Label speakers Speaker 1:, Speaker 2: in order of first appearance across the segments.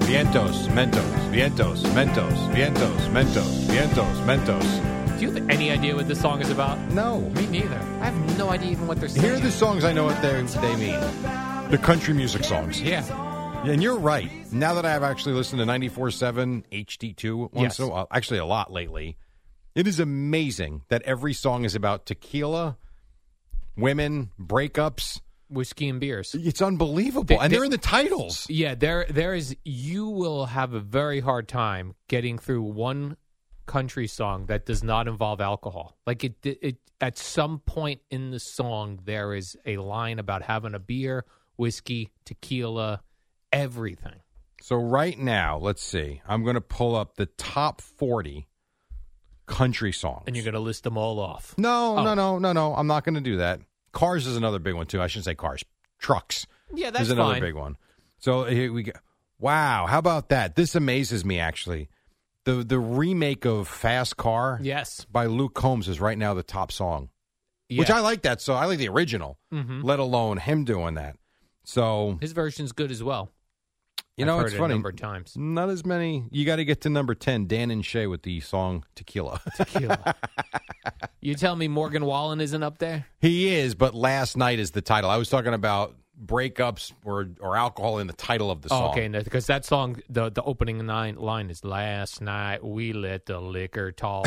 Speaker 1: Vientos, Mentos, Vientos, Mentos, Vientos, Mentos, Vientos, Mentos.
Speaker 2: Do you have any idea what this song is about?
Speaker 1: No.
Speaker 2: Me neither. I have no idea even what they're saying.
Speaker 1: Here are the songs I know what they, they mean. The country music songs.
Speaker 2: Yeah.
Speaker 1: And you're right. Now that I've actually listened to 94.7 HD2 once
Speaker 2: Yes.
Speaker 1: in a while, actually a lot lately, it is amazing that every song is about tequila, women, breakups.
Speaker 2: Whiskey and beers.
Speaker 1: It's unbelievable.
Speaker 2: They-
Speaker 1: and
Speaker 2: they-
Speaker 1: they're in the titles.
Speaker 2: Yeah, there there is you will have a very hard time getting through one country song that does not involve alcohol. Like it it at some point in the song there is a line about having a beer, whiskey, tequila, everything.
Speaker 1: So right now, let's see. I'm going to pull up the top 40 country songs.
Speaker 2: And you're going to list them all off.
Speaker 1: No,
Speaker 2: Oh.
Speaker 1: no, no, no, no. I'm not going to do that. Cars is another big one too. I shouldn't say cars. Trucks
Speaker 2: Yeah, that's
Speaker 1: is another
Speaker 2: fine.
Speaker 1: big one. So here we go. Wow, how about that? This amazes me actually. The the remake of Fast Car
Speaker 2: Yes.
Speaker 1: by Luke Combs is right now the top song,
Speaker 2: Yeah.
Speaker 1: which I like that. So I like the original,
Speaker 2: Mhm.
Speaker 1: let alone him doing that. So
Speaker 2: His version's good as well.
Speaker 1: you
Speaker 2: I've
Speaker 1: know
Speaker 2: heard
Speaker 1: it's
Speaker 2: it
Speaker 1: funny.
Speaker 2: a number of times.
Speaker 1: Not as many. You got to get to number ten, Dan and Shay with the song Tequila.
Speaker 2: Tequila. you tell me Morgan Wallen isn't up there?
Speaker 1: He is, but last night is the title. I was talking about breakups or or alcohol in the title of the
Speaker 2: Oh,
Speaker 1: song.
Speaker 2: okay, no, because that song, the the opening nine line is "Last night we let the liquor talk."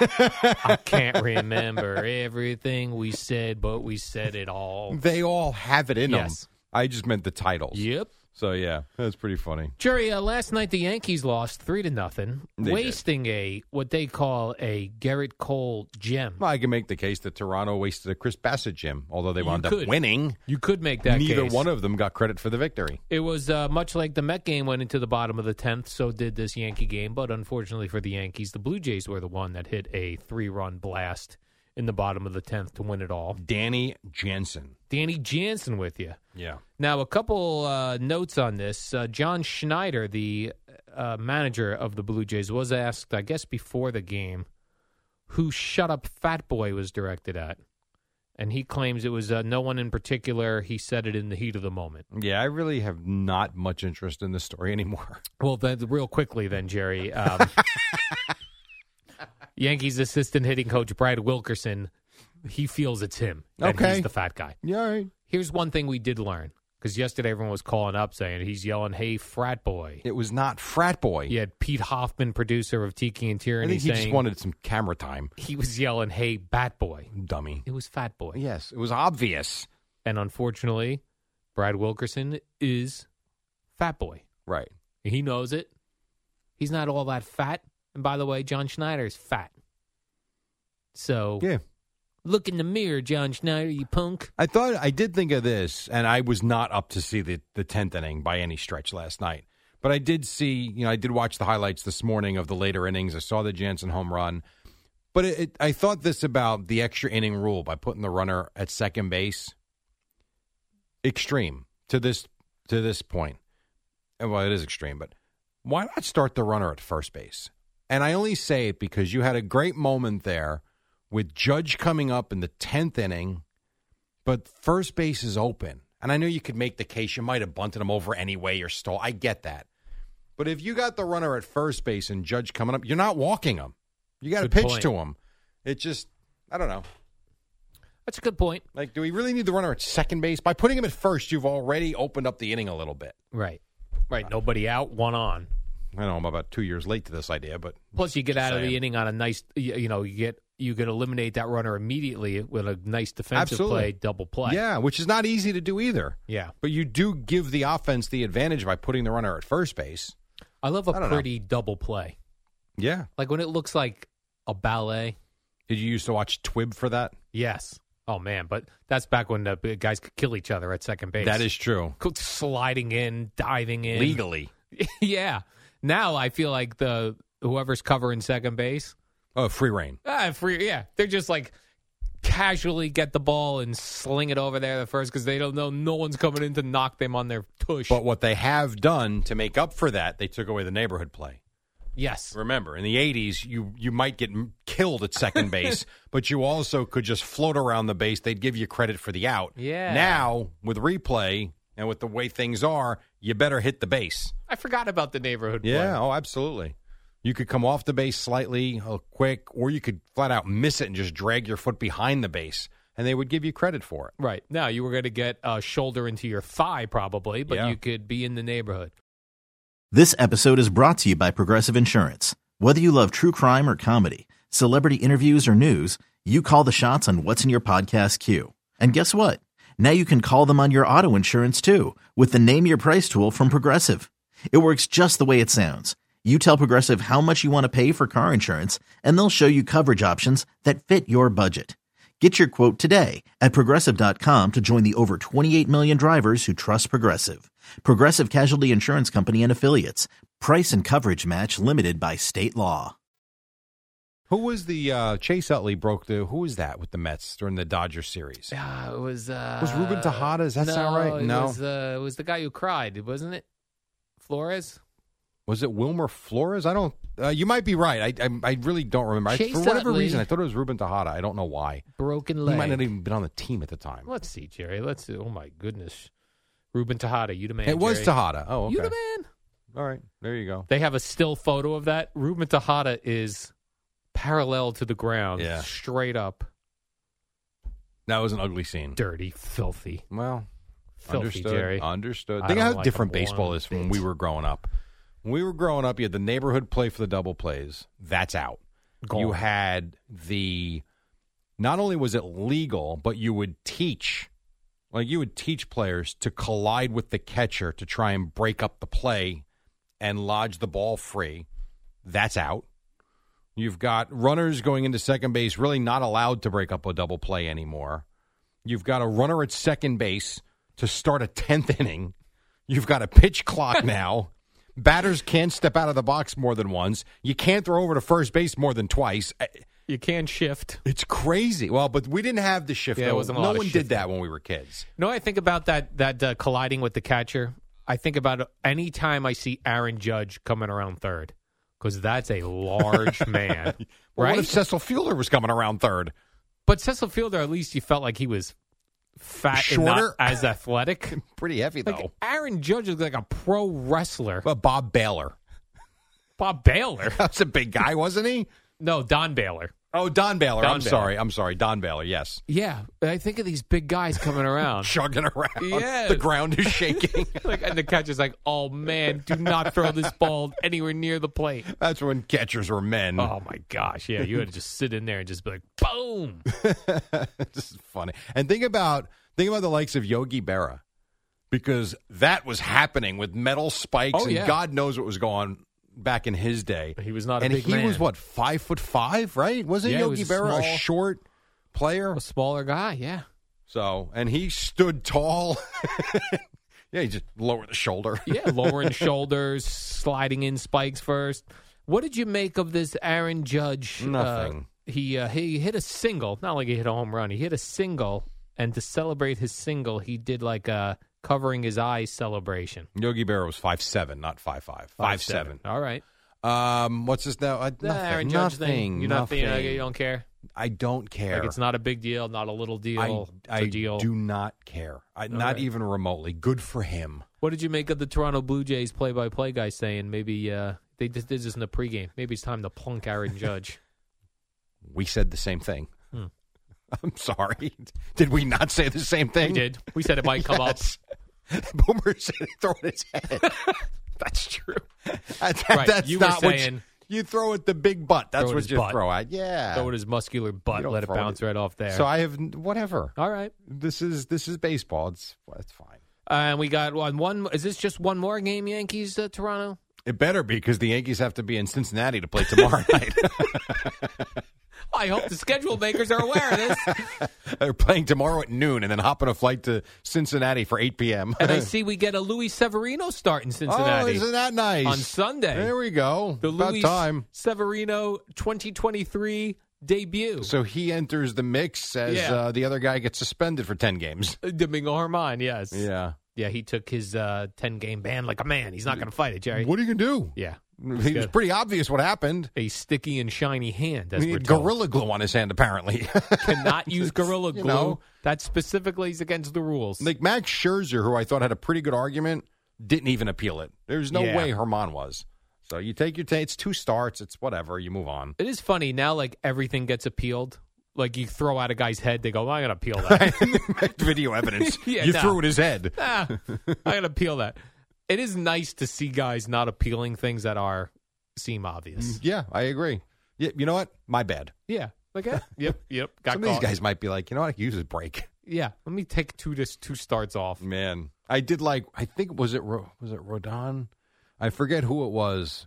Speaker 2: I can't remember everything we said, but we said it all.
Speaker 1: They all have it in
Speaker 2: Yes.
Speaker 1: them. I just meant the titles.
Speaker 2: Yep.
Speaker 1: So yeah, that's pretty funny.
Speaker 2: Jerry, uh, last night the Yankees lost three to nothing,
Speaker 1: They did.
Speaker 2: wasting a what they call a Garrett Cole gem.
Speaker 1: Well, I can make the case that Toronto wasted a Chris Bassett gym, although they
Speaker 2: You
Speaker 1: wound up
Speaker 2: could.
Speaker 1: winning.
Speaker 2: You could make that
Speaker 1: Neither
Speaker 2: case.
Speaker 1: one of them got credit for the victory.
Speaker 2: It was uh, much like the Met game went into the bottom of the tenth. So did this Yankee game, but unfortunately for the Yankees, the Blue Jays were the one that hit a three-run blast in the bottom of the tenth to win it all.
Speaker 1: Danny Jansen.
Speaker 2: Danny Jansen with you.
Speaker 1: Yeah.
Speaker 2: Now, a couple uh, notes on this. Uh, John Schneider, the uh, manager of the Blue Jays, was asked, I guess, before the game, who "Shut Up, Fat Boy" was directed at, and he claims it was uh, no one in particular. He said it in the heat of the moment.
Speaker 1: Yeah, I really have not much interest in this story anymore.
Speaker 2: Well, then, real quickly, then, Jerry. Um, Yankees assistant hitting coach Brad Wilkerson, he feels it's him. that
Speaker 1: Okay.
Speaker 2: He's the fat guy.
Speaker 1: Yeah, all right.
Speaker 2: Here's one thing we did learn because yesterday everyone was calling up saying he's yelling, hey, frat boy.
Speaker 1: It was not frat boy.
Speaker 2: You had Pete Hoffman, producer of Tiki and
Speaker 1: I
Speaker 2: Tyranny,
Speaker 1: think he
Speaker 2: saying
Speaker 1: just wanted some camera time.
Speaker 2: he was yelling, hey, bat boy.
Speaker 1: Dummy.
Speaker 2: It was fat boy.
Speaker 1: Yes, it was obvious.
Speaker 2: And unfortunately, Brad Wilkerson is fat boy.
Speaker 1: Right.
Speaker 2: He knows it. He's not all that fat. And by the way, John Schneider is fat. So
Speaker 1: Yeah.
Speaker 2: look in the mirror, John Schneider, you punk.
Speaker 1: I thought I did think of this, and I was not up to see the the tenth inning by any stretch last night. But I did see, you know, I did watch the highlights this morning of the later innings. I saw the Jansen home run, but it, it, I thought this about the extra inning rule by putting the runner at second base. Extreme to this to this point. And, Well, it is extreme, but why not start the runner at first base? And I only say it because you had a great moment there with Judge coming up in the tenth inning but first base is open And I know you could make the case you might have bunted him over anyway or stole. I get that. But if you got the runner at first base and Judge coming up, you're not walking him. You got to
Speaker 2: Good
Speaker 1: pitch
Speaker 2: point.
Speaker 1: to him. It just, I don't know.
Speaker 2: That's a good point.
Speaker 1: Like, do we really need the runner at second base? By putting him at first, you've already opened up the inning a little bit.
Speaker 2: Right. Right. Nobody out, one on.
Speaker 1: I know I'm about two years late to this idea, but
Speaker 2: Plus, you get out of
Speaker 1: saying.
Speaker 2: the inning on a nice, you, you know, you get you could eliminate that runner immediately with a nice defensive
Speaker 1: Absolutely.
Speaker 2: play, double play.
Speaker 1: yeah, which is not easy to do either.
Speaker 2: Yeah.
Speaker 1: But you do give the offense the advantage by putting the runner at first base.
Speaker 2: I love
Speaker 1: I
Speaker 2: a
Speaker 1: don't know.
Speaker 2: pretty double play.
Speaker 1: Yeah.
Speaker 2: Like when it looks like a ballet.
Speaker 1: Did you used to watch Twib for that?
Speaker 2: Yes. Oh man, but that's back when the big guys could kill each other at second base.
Speaker 1: That is true.
Speaker 2: Go- sliding in, diving in.
Speaker 1: Legally.
Speaker 2: yeah. Now I feel like the whoever's covering second base,
Speaker 1: Oh, free reign.
Speaker 2: Ah, free. Yeah, they're just like casually get the ball and sling it over there the first because they don't know no one's coming in to knock them on their tush.
Speaker 1: But what they have done to make up for that, they took away the neighborhood play.
Speaker 2: yes,
Speaker 1: Remember, in the 80s, you, you might get m- killed at second base, but you also could just float around the base. They'd give you credit for the out.
Speaker 2: Yeah.
Speaker 1: Now, with replay and with the way things are, you better hit the base.
Speaker 2: I forgot about the neighborhood.
Speaker 1: Yeah,
Speaker 2: play.
Speaker 1: oh, absolutely. You could come off the base slightly uh, quick, or you could flat out miss it and just drag your foot behind the base, and they would give you credit for it.
Speaker 2: Right now, you were going to get a shoulder into your thigh probably, but
Speaker 1: Yeah.
Speaker 2: you could be in the neighborhood.
Speaker 3: This episode is brought to you by Progressive Insurance. Whether you love true crime or comedy, celebrity interviews or news, you call the shots on what's in your podcast queue. And guess what? Now you can call them on your auto insurance too with the Name Your Price tool from Progressive. It works just the way it sounds. You tell Progressive how much you want to pay for car insurance, and they'll show you coverage options that fit your budget. Get your quote today at progressive.com to join the over 28 million drivers who trust Progressive. Progressive Casualty Insurance Company and Affiliates. Price and coverage match limited by state law.
Speaker 1: Who was the uh, Chase Utley broke the? Who was that with the Mets during the Dodger series?
Speaker 2: Yeah, it was. Uh,
Speaker 1: Was Ruben Tejada, does that
Speaker 2: no,
Speaker 1: sound right?
Speaker 2: It
Speaker 1: No.
Speaker 2: was, uh, it was the guy who cried, wasn't it? Flores.
Speaker 1: Was it Wilmer Flores? I don't. Uh, you might be right. I I, I really don't remember. I-
Speaker 2: Chase
Speaker 1: for whatever
Speaker 2: Utley.
Speaker 1: reason, I thought it was Ruben Tejada. I don't know why.
Speaker 2: Broken
Speaker 1: He
Speaker 2: leg.
Speaker 1: might not even been on the team at the time.
Speaker 2: Let's see, Jerry. Let's see. Oh my goodness, Ruben Tejada, you the man.
Speaker 1: it was
Speaker 2: Jerry.
Speaker 1: Tejada. Oh, okay.
Speaker 2: You the man.
Speaker 1: All right, there you go.
Speaker 2: They have a still photo of that. Ruben Tejada is parallel to the ground,
Speaker 1: Yeah.
Speaker 2: straight up,
Speaker 1: That was an ugly scene.
Speaker 2: dirty, filthy,
Speaker 1: Well,
Speaker 2: filthy,
Speaker 1: understood. Uh,
Speaker 2: Jerry.
Speaker 1: Understood.
Speaker 2: I
Speaker 1: Think
Speaker 2: don't
Speaker 1: how
Speaker 2: like
Speaker 1: different
Speaker 2: them one
Speaker 1: baseball is from when
Speaker 2: bit.
Speaker 1: we were growing up. When we were growing up, you had the neighborhood play for the double plays. That's out.
Speaker 2: Gone.
Speaker 1: You had the. Not only was it legal, but you would teach, like you would teach players to collide with the catcher to try and break up the play and lodge the ball free. That's out. You've got runners going into second base, really not allowed to break up a double play anymore. You've got a runner at second base to start a 10th inning. You've got a pitch clock now. Batters can't step out of the box more than once. You can't throw over to first base more than twice. I-
Speaker 2: You can shift.
Speaker 1: It's crazy. Well, but we didn't have the shift.
Speaker 2: Yeah, it
Speaker 1: though.
Speaker 2: wasn't a
Speaker 1: no
Speaker 2: lot of
Speaker 1: one
Speaker 2: shifting.
Speaker 1: did that when we were kids.
Speaker 2: You know, what I think about that that uh, colliding with the catcher. I think about any time I see Aaron Judge coming around third because that's a large man,
Speaker 1: Well,
Speaker 2: right?
Speaker 1: What if Cecil Fielder was coming around third?
Speaker 2: but Cecil Fielder, at least you felt like he was fat and
Speaker 1: Shorter?
Speaker 2: not as athletic.
Speaker 1: Pretty heavy though.
Speaker 2: Like Aaron Judge is like a pro wrestler.
Speaker 1: but Bob Baylor.
Speaker 2: Bob Baylor.
Speaker 1: That's a big guy, wasn't he?
Speaker 2: No, Don Baylor.
Speaker 1: Oh, Don Baylor.
Speaker 2: Don
Speaker 1: I'm
Speaker 2: Baylor.
Speaker 1: sorry. I'm sorry. Don Baylor. Yes.
Speaker 2: Yeah, I think of these big guys coming around.
Speaker 1: Chugging around.
Speaker 2: Yes.
Speaker 1: The ground is shaking.
Speaker 2: like, and the catcher's like, "Oh man, do not throw this ball anywhere near the plate."
Speaker 1: That's when catchers were men.
Speaker 2: Oh my gosh, yeah, you had to just sit in there and just be like, "Boom!"
Speaker 1: this is funny. And think about think about the likes of Yogi Berra, because that was happening with metal spikes,
Speaker 2: Oh,
Speaker 1: and
Speaker 2: yeah.
Speaker 1: God knows what was going on back in his day.
Speaker 2: He was not a
Speaker 1: and
Speaker 2: big
Speaker 1: he
Speaker 2: man.
Speaker 1: was what five foot five, right? Wasn't
Speaker 2: Yeah, he
Speaker 1: Yogi
Speaker 2: was a
Speaker 1: Berra a
Speaker 2: small-
Speaker 1: short player?
Speaker 2: A smaller guy, yeah.
Speaker 1: So, and he stood tall. yeah, he just lowered the shoulder.
Speaker 2: Yeah, lowering shoulders, sliding in spikes first. What did you make of this Aaron Judge? uh,
Speaker 1: Nothing.
Speaker 2: he uh, he hit a single. Not like he hit a home run. He hit a single, and to celebrate his single, he did like a covering his eyes celebration.
Speaker 1: Yogi Berra was five seven, not five five. Five seven.
Speaker 2: All right.
Speaker 1: Um, what's his now? Uh,
Speaker 2: The
Speaker 1: nothing,
Speaker 2: Aaron Judge
Speaker 1: nothing,
Speaker 2: thing. You're not
Speaker 1: nothing.
Speaker 2: thinking, okay, you don't care.
Speaker 1: I don't care.
Speaker 2: Like it's not a big deal, not a little deal. it's
Speaker 1: I,
Speaker 2: a
Speaker 1: I
Speaker 2: deal.
Speaker 1: do not care. I, not
Speaker 2: right.
Speaker 1: even remotely. Good for him.
Speaker 2: What did you make of the Toronto Blue Jays play-by-play guy saying maybe uh, they just did this in the pregame? Maybe it's time to plunk Aaron Judge.
Speaker 1: We said the same thing.
Speaker 2: Hmm.
Speaker 1: I'm sorry. Did we not say the same thing?
Speaker 2: we did. We said it might come
Speaker 1: Yes. Boomer said he throw it at his head. that's true. That's,
Speaker 2: Right,
Speaker 1: that's
Speaker 2: you were
Speaker 1: not what you,
Speaker 2: saying-
Speaker 1: you throw at the big butt. That's
Speaker 2: Throw at
Speaker 1: what
Speaker 2: his
Speaker 1: you
Speaker 2: butt.
Speaker 1: throw at.
Speaker 2: up.
Speaker 1: Yeah.
Speaker 2: Throw it his muscular
Speaker 1: You
Speaker 2: butt.
Speaker 1: don't
Speaker 2: Let it
Speaker 1: throw it
Speaker 2: bounce right off there.
Speaker 1: So I have n- whatever.
Speaker 2: All right.
Speaker 1: This is this is baseball. It's it's fine.
Speaker 2: And we got one. One is this just one more game? Yankees uh, Toronto.
Speaker 1: It better be because the Yankees have to be in Cincinnati to play tomorrow night.
Speaker 2: I hope the schedule makers are aware of this.
Speaker 1: They're playing tomorrow at noon and then hopping a flight to Cincinnati for 8 p.m.
Speaker 2: And I see we get a Luis Severino start in
Speaker 1: oh,
Speaker 2: Cincinnati
Speaker 1: isn't that nice?
Speaker 2: on Sunday.
Speaker 1: There we go.
Speaker 2: the
Speaker 1: About
Speaker 2: Luis
Speaker 1: time.
Speaker 2: Severino 2023 debut.
Speaker 1: So he enters the mix as
Speaker 2: Yeah.
Speaker 1: uh, the other guy gets suspended for 10 games.
Speaker 2: Domingo Herman, yes.
Speaker 1: Yeah.
Speaker 2: Yeah, he took his uh, 10 game ban like a man. He's not going to fight it, Jerry.
Speaker 1: What are you going to do?
Speaker 2: Yeah.
Speaker 1: It was
Speaker 2: good.
Speaker 1: pretty obvious what happened.
Speaker 2: A sticky and shiny hand, as
Speaker 1: He
Speaker 2: we're
Speaker 1: had
Speaker 2: told.
Speaker 1: gorilla glue on his hand, apparently.
Speaker 2: Cannot use Gorilla
Speaker 1: you
Speaker 2: Glue.
Speaker 1: know.
Speaker 2: That specifically is against the rules.
Speaker 1: like Max Scherzer, who I thought had a pretty good argument, didn't even appeal it. There's no
Speaker 2: Yeah.
Speaker 1: way Herman was. So you take your t- it's two starts, it's whatever, you move on.
Speaker 2: it is funny. Now, like, everything gets appealed. Like, you throw out a guy's head, they go, well, I'm going to appeal that.
Speaker 1: Video evidence.
Speaker 2: Yeah,
Speaker 1: you
Speaker 2: no.
Speaker 1: threw at his head.
Speaker 2: ah, I'm going to appeal that. It is nice to see guys not appealing things that are seem obvious.
Speaker 1: Yeah, I agree. Yeah, you know what? My bad.
Speaker 2: Yeah. Like, eh, yep, yep. Got
Speaker 1: Some of these
Speaker 2: caught.
Speaker 1: guys might be like, you know what? I could use a break.
Speaker 2: Yeah, let me take two just two starts off.
Speaker 1: Man, I did like. I think was it Ro- was it Rodon? I forget who it was.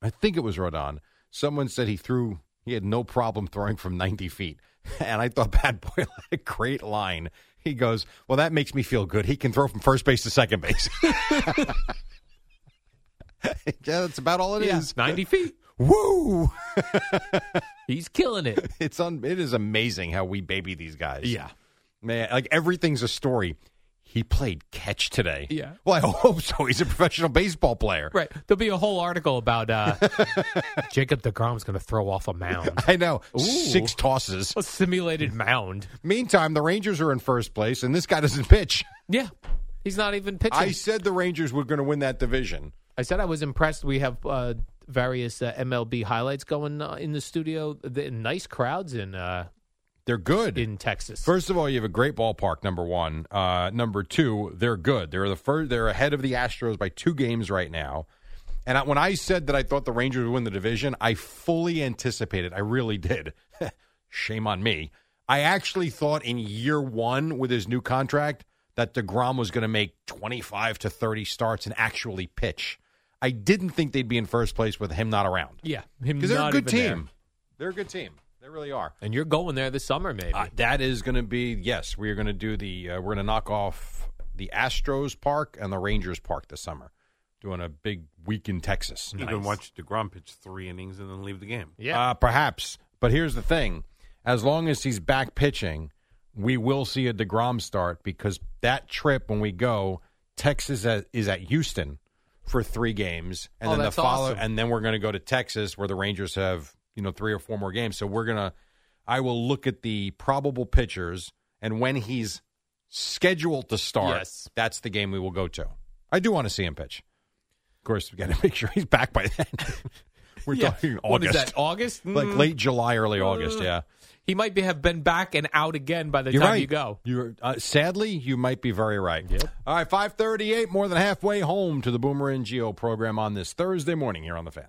Speaker 1: I think it was Rodon. Someone said he threw. He had no problem throwing from ninety feet, and I thought Bad Boy had a great line. He goes, "Well, that makes me feel good. He can throw from first base to second base." yeah, that's about all it is.
Speaker 2: Yeah, ninety feet.
Speaker 1: Woo!
Speaker 2: He's killing it.
Speaker 1: It's un- it is amazing how we baby these guys.
Speaker 2: Yeah.
Speaker 1: Man, like everything's a story. He played catch today.
Speaker 2: Yeah.
Speaker 1: Well, I hope so. He's a professional baseball player.
Speaker 2: Right. There'll be a whole article about uh, Jacob DeGrom's going to throw off a mound.
Speaker 1: I know. Six tosses.
Speaker 2: A simulated mound.
Speaker 1: Meantime, the Rangers are in first place, and this guy doesn't pitch.
Speaker 2: Yeah. He's not even pitching.
Speaker 1: I said the Rangers were going to win that division.
Speaker 2: I said I was impressed. We have uh, various uh, MLB highlights going uh, in the studio. The, nice crowds in uh,
Speaker 1: They're good.
Speaker 2: in Texas.
Speaker 1: First of all, you have a great ballpark. Number one, uh, number two, they're good. They're the first. They're ahead of the Astros by two games right now. And I, when I said that I thought the Rangers would win the division, I fully anticipated. I really did. Shame on me. I actually thought in year one with his new contract that Degrom was going to make twenty-five to thirty starts and actually pitch. I didn't think they'd be in first place with him not around
Speaker 2: yeah, him
Speaker 1: because they're a
Speaker 2: not
Speaker 1: good
Speaker 2: even there.
Speaker 1: team. They're a good team. They really are.
Speaker 2: And you're going there this summer, maybe.
Speaker 1: Uh, that is going to be yes. We are going to do the uh, we're going to knock off the Astros Park and the Rangers Park this summer, doing a big week in Texas.
Speaker 4: You can watch DeGrom pitch three innings and then leave the game.
Speaker 2: yeah.
Speaker 1: uh, perhaps. But here's the thing: as long as he's back pitching, we will see a Degrom start because that trip when we go, Texas at, is at Houston for three games, and
Speaker 2: Oh,
Speaker 1: then the
Speaker 2: that's
Speaker 1: follow,
Speaker 2: awesome.
Speaker 1: and then we're going to go to Texas where the Rangers have you know three or four more games. So we're gonna, I will look at the probable pitchers and when he's scheduled to start.
Speaker 2: Yes.
Speaker 1: That's the game we will go to. I do want to see him pitch. Of course, we got to make sure he's back by then. we're
Speaker 2: Yeah.
Speaker 1: talking August
Speaker 2: What is that? August?
Speaker 1: like
Speaker 2: Mm.
Speaker 1: late July, early August. Yeah,
Speaker 2: He might be, have been back and out again by the
Speaker 1: you're
Speaker 2: time
Speaker 1: right.
Speaker 2: you go.
Speaker 1: You're uh, sadly, you might be very right. All right, five thirty-eight, more than halfway home to the Boomer and Geo program on this Thursday morning here on the Fan.